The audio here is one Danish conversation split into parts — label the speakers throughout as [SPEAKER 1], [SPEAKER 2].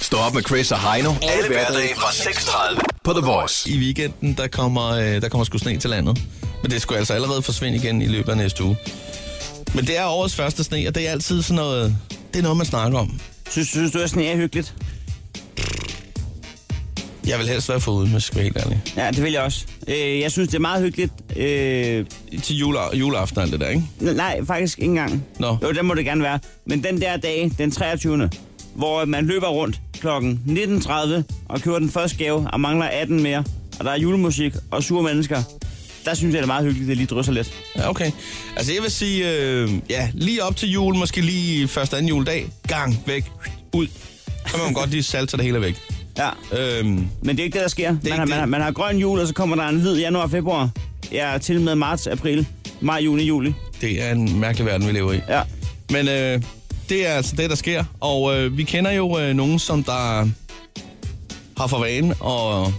[SPEAKER 1] Stå op med Chris og Heino. Alle hverdage fra 6.30 på The Voice.
[SPEAKER 2] I weekenden, der kommer, øh, der kommer sgu sne til landet. Men det skulle altså allerede forsvinde igen i løbet af næste uge. Men det er årets første sne, og det er altid sådan noget... Det er noget, man snakker om.
[SPEAKER 3] Synes, synes du, at sne er hyggeligt?
[SPEAKER 2] Jeg vil helst være foruden, hvis jeg skal være helt ærlig.
[SPEAKER 3] Ja, det vil jeg også. Øh, jeg synes, det er meget hyggeligt. Øh,
[SPEAKER 2] Til jule, juleaften og alt det der, ikke?
[SPEAKER 3] nej, faktisk ikke engang.
[SPEAKER 2] Nå.
[SPEAKER 3] Jo, den må det gerne være. Men den der dag, den 23., hvor man løber rundt klokken 19.30 og kører den første gave og mangler 18 mere, og der er julemusik og sure mennesker, der synes jeg, det er meget hyggeligt, at det lige drysser lidt.
[SPEAKER 2] Ja, okay. Altså, jeg vil sige, øh, ja, lige op til jul, måske lige første anden juledag, gang, væk, ud. Så må man godt lige salte det hele væk.
[SPEAKER 3] Ja,
[SPEAKER 2] Øhm,
[SPEAKER 3] men det er ikke det, der sker.
[SPEAKER 2] ikke
[SPEAKER 3] Man har, man,
[SPEAKER 2] det.
[SPEAKER 3] har, man har grøn jul, og så kommer der en hvid januar, februar. Ja, til med marts, april, maj, juni, juli.
[SPEAKER 2] det er en mærkelig verden, vi lever i.
[SPEAKER 3] Ja.
[SPEAKER 2] Men øh, det er altså det, der sker. Og øh, vi kender jo øh, nogen, som der har for vane at,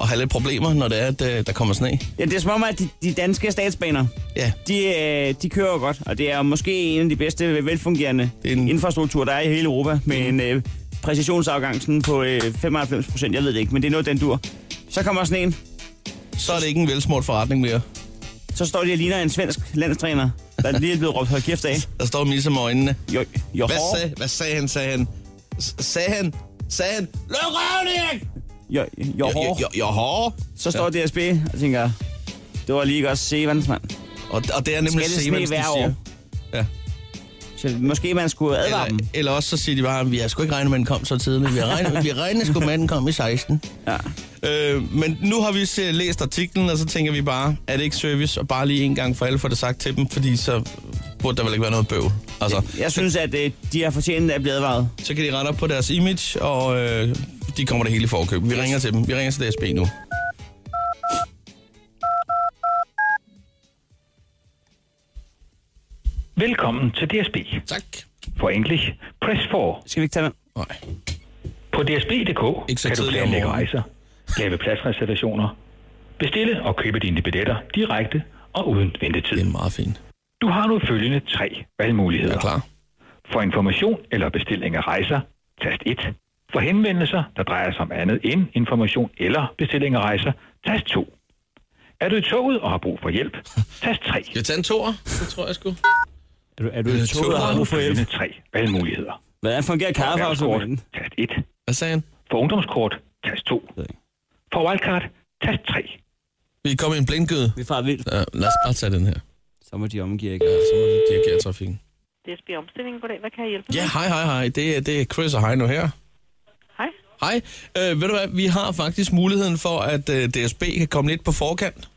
[SPEAKER 2] at have lidt problemer, når det er, at øh, der kommer sne.
[SPEAKER 3] ja, det er som om, at de, de danske statsbaner,
[SPEAKER 2] Ja,
[SPEAKER 3] de, øh, de kører jo godt, og det er måske en af de bedste velfungerende
[SPEAKER 2] Det er en-
[SPEAKER 3] infrastruktur, der er i hele Europa, med en øh, præcisionsafgang sådan på øh, 95 procent, jeg ved det ikke, men det er noget, den dur. Så kommer sneen,
[SPEAKER 2] så er det ikke en velsmurt forretning mere.
[SPEAKER 3] så står de og ligner en svensk landstræner, der lige er blevet råbt hold kæft af.
[SPEAKER 2] Der står Misse med øjnene.
[SPEAKER 3] Jo, jo,
[SPEAKER 2] Hvad
[SPEAKER 3] hår,
[SPEAKER 2] sagde, hvad sagde han, sagde han? S- sagde han, sagde han, løb røven, Erik!
[SPEAKER 3] jo, jo, hår.
[SPEAKER 2] Jo, jo, jo, hård.
[SPEAKER 3] Så står DSB og tænker, det var lige godt Sevens, mand.
[SPEAKER 2] Og, og det er nemlig
[SPEAKER 3] Skal det sne
[SPEAKER 2] Siemens, de
[SPEAKER 3] hver
[SPEAKER 2] siger.
[SPEAKER 3] år?
[SPEAKER 2] Ja.
[SPEAKER 3] Så måske man skulle advare dem.
[SPEAKER 2] Eller, eller også så siger de bare, vi har sgu ikke regnet med, at den kom så tidligt. Vi har regnet, vi regnede sgu med, at den kom i 16.
[SPEAKER 3] Ja.
[SPEAKER 2] Øh, men nu har vi se- læst artiklen, og så tænker vi bare, er det ikke service? Og bare lige en gang for alle få det sagt til dem, fordi så burde der vel ikke være noget bøvl. Altså,
[SPEAKER 3] Jeg synes, at øh, de har fortjent at blive advaret.
[SPEAKER 2] så kan de rette op på deres image, og øh, de kommer det hele i forkøb. Vi ringer til dem. Vi ringer til DSB nu.
[SPEAKER 4] Velkommen til DSB.
[SPEAKER 2] Tak.
[SPEAKER 4] For English, press 4.
[SPEAKER 3] Skal vi ikke tage den?
[SPEAKER 2] Nej.
[SPEAKER 4] På dsb.dk
[SPEAKER 2] Ikke så
[SPEAKER 4] kan du
[SPEAKER 2] tidligt om
[SPEAKER 4] planlægge
[SPEAKER 2] morgenen.
[SPEAKER 4] rejser, lave pladsreservationer, bestille og købe dine billetter direkte og uden
[SPEAKER 2] Det
[SPEAKER 4] ventetid.
[SPEAKER 2] er meget fint.
[SPEAKER 4] Du har nu følgende tre
[SPEAKER 2] Jeg
[SPEAKER 4] valgmuligheder.
[SPEAKER 2] er klar.
[SPEAKER 4] For information eller bestilling af rejser, tast 1. For henvendelser, der drejer sig om andet end information eller bestilling af rejser, tast 2. Er du i toget og har brug for hjælp, tast 3.
[SPEAKER 2] Skal vi tage en toer? Det tror jeg sgu.
[SPEAKER 3] Er du, er du
[SPEAKER 2] Øh,
[SPEAKER 3] i toget og har brug for hjælp?
[SPEAKER 4] følgende tre valgmuligheder.
[SPEAKER 3] Hvordan fungerer
[SPEAKER 4] Erhvervskort,
[SPEAKER 3] kaffeautomaten?
[SPEAKER 4] tast 1.
[SPEAKER 2] Hvad sagde han?
[SPEAKER 4] For ungdomskort, tast 2. For wildcard, tast 3.
[SPEAKER 2] Vi kommer i en blindgyde.
[SPEAKER 3] Vi farer vildt.
[SPEAKER 2] Uh, lad os bare tage den her.
[SPEAKER 3] Så må de omgive ikke.
[SPEAKER 2] Ja, så må vi dirigere trafikken.
[SPEAKER 5] DSB Omstilling. Goddag, hvad kan jeg hjælpe
[SPEAKER 2] Ja,
[SPEAKER 5] med?
[SPEAKER 2] hej, hej, hej. Det er, det er Chris og Heino her.
[SPEAKER 5] Hej.
[SPEAKER 2] Hej. Øh, ved du hvad, vi har faktisk muligheden for, at øh, DSB kan komme lidt på forkant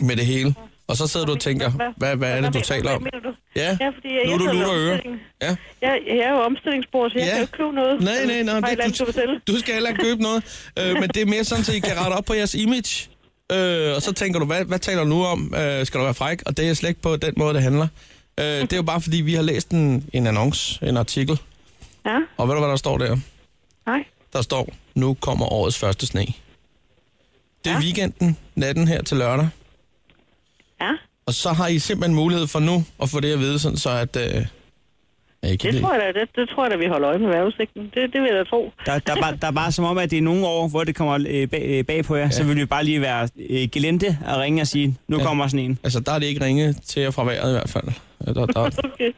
[SPEAKER 2] med det hele. Og så sidder du og tænker, hvad, hvad er det, du
[SPEAKER 5] mener-
[SPEAKER 2] taler om?
[SPEAKER 5] Hvad mener du?
[SPEAKER 2] Ja,
[SPEAKER 5] Ja, fordi jeg,
[SPEAKER 2] nu er du
[SPEAKER 5] jeg
[SPEAKER 2] lutter
[SPEAKER 5] sidder med
[SPEAKER 2] øre.
[SPEAKER 5] omstilling.
[SPEAKER 2] Ja.
[SPEAKER 5] Jeg, jeg er jo omstillingsbord, så jeg
[SPEAKER 2] Ja.
[SPEAKER 5] kan jo ikke købe noget.
[SPEAKER 2] Nej, nej, nej.
[SPEAKER 5] Det,
[SPEAKER 2] Det,
[SPEAKER 5] du,
[SPEAKER 2] du, du skal heller ikke købe noget. Øh, men det er mere sådan, at I kan rette op på jeres image. Øh, og så tænker du, hvad, hvad taler du nu om? Øh, skal du være fræk? Og det er slet ikke på den måde, det handler. Øh, det er jo bare, fordi vi har læst en, en annonce, en artikel.
[SPEAKER 5] Ja,
[SPEAKER 2] Og ved du, hvad der står der?
[SPEAKER 5] nej.
[SPEAKER 2] der står, nu kommer årets første sne. Det er ja. weekenden, natten her til lørdag.
[SPEAKER 5] Ja,
[SPEAKER 2] Og så har I simpelthen mulighed for nu at få det at vide, sådan så at... Øh, ja, I kan
[SPEAKER 5] det tror jeg da, det, det tror jeg da, vi holder øje med vejrudsigten. Det, det vil jeg da tro.
[SPEAKER 3] Der, der, er bare, der er bare som om, at det er nogle år, hvor det kommer øh, bag, øh, bag på jer, ja. så vil vi bare lige være øh, gelente og ringe og sige, nu
[SPEAKER 2] Ja.
[SPEAKER 3] ja. kommer sådan en.
[SPEAKER 2] Altså, der er det ikke ringet til jer fra vejret i hvert fald. Ja, Der, der,
[SPEAKER 5] Okay.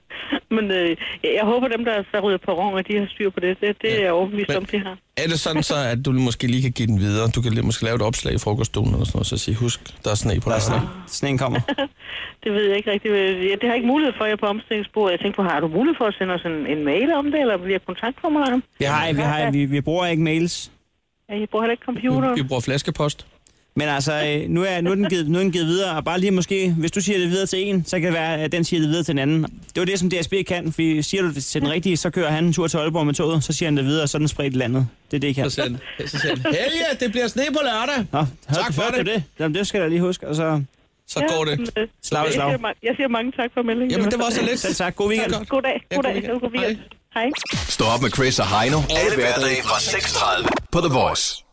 [SPEAKER 5] Men øh, jeg, jeg håber, dem, der, der ryger på rongen, de har styr på det. Det, det er jeg overbevist
[SPEAKER 2] Men-
[SPEAKER 5] om, de har.
[SPEAKER 2] er det sådan så, at du måske lige kan give den videre? Du kan lige- måske lave et opslag i frokoststolen eller sådan noget, så sige, husk, der er sne på
[SPEAKER 3] Der er
[SPEAKER 2] dig.
[SPEAKER 3] sådan,
[SPEAKER 5] Altså,
[SPEAKER 3] sådan en kommer.
[SPEAKER 5] Det ved jeg ikke rigtigt. Ja, det har jeg ikke mulighed for, jeg er på omstillingsbordet. Jeg tænkte på, har du mulighed for at sende os en, en mail om det, eller via kontaktformularen?
[SPEAKER 3] Ja, nej, vi, har, vi, vi bruger ikke mails.
[SPEAKER 5] Ja, jeg bruger heller ikke computeren.
[SPEAKER 2] Vi, vi bruger flaskepost.
[SPEAKER 3] Men altså, øh, nu, er, nu, er den givet, nu er den givet videre, og bare lige måske, hvis du siger det videre til en, så kan det være, at den siger det videre til en anden. Det er jo det, som DSB kan, for siger du det til den rigtige, så kører han en tur til Aalborg med toget, så siger han det videre, og så er den spredt i landet. Det er det, I kan.
[SPEAKER 2] Så siger han, så siger han Helge, det bliver sne på lørdag!
[SPEAKER 3] Nå, hørte,
[SPEAKER 2] Tak for
[SPEAKER 3] hørte du det. Jamen, det skal jeg da lige huske, og så
[SPEAKER 2] Så går det.
[SPEAKER 5] men, øh,
[SPEAKER 3] slag i slag.
[SPEAKER 5] jeg, siger, ma- jeg siger mange tak for meldingen.
[SPEAKER 2] Jamen, det var så lidt.
[SPEAKER 3] Selv tak. God weekend.
[SPEAKER 2] Tak, godt.
[SPEAKER 5] God dag.
[SPEAKER 2] Ja, god
[SPEAKER 5] God dag.
[SPEAKER 2] weekend.
[SPEAKER 5] God weekend. Hej.
[SPEAKER 1] Stå op med Chris og Heino. Alle hverdage fra 6.30 på The Voice.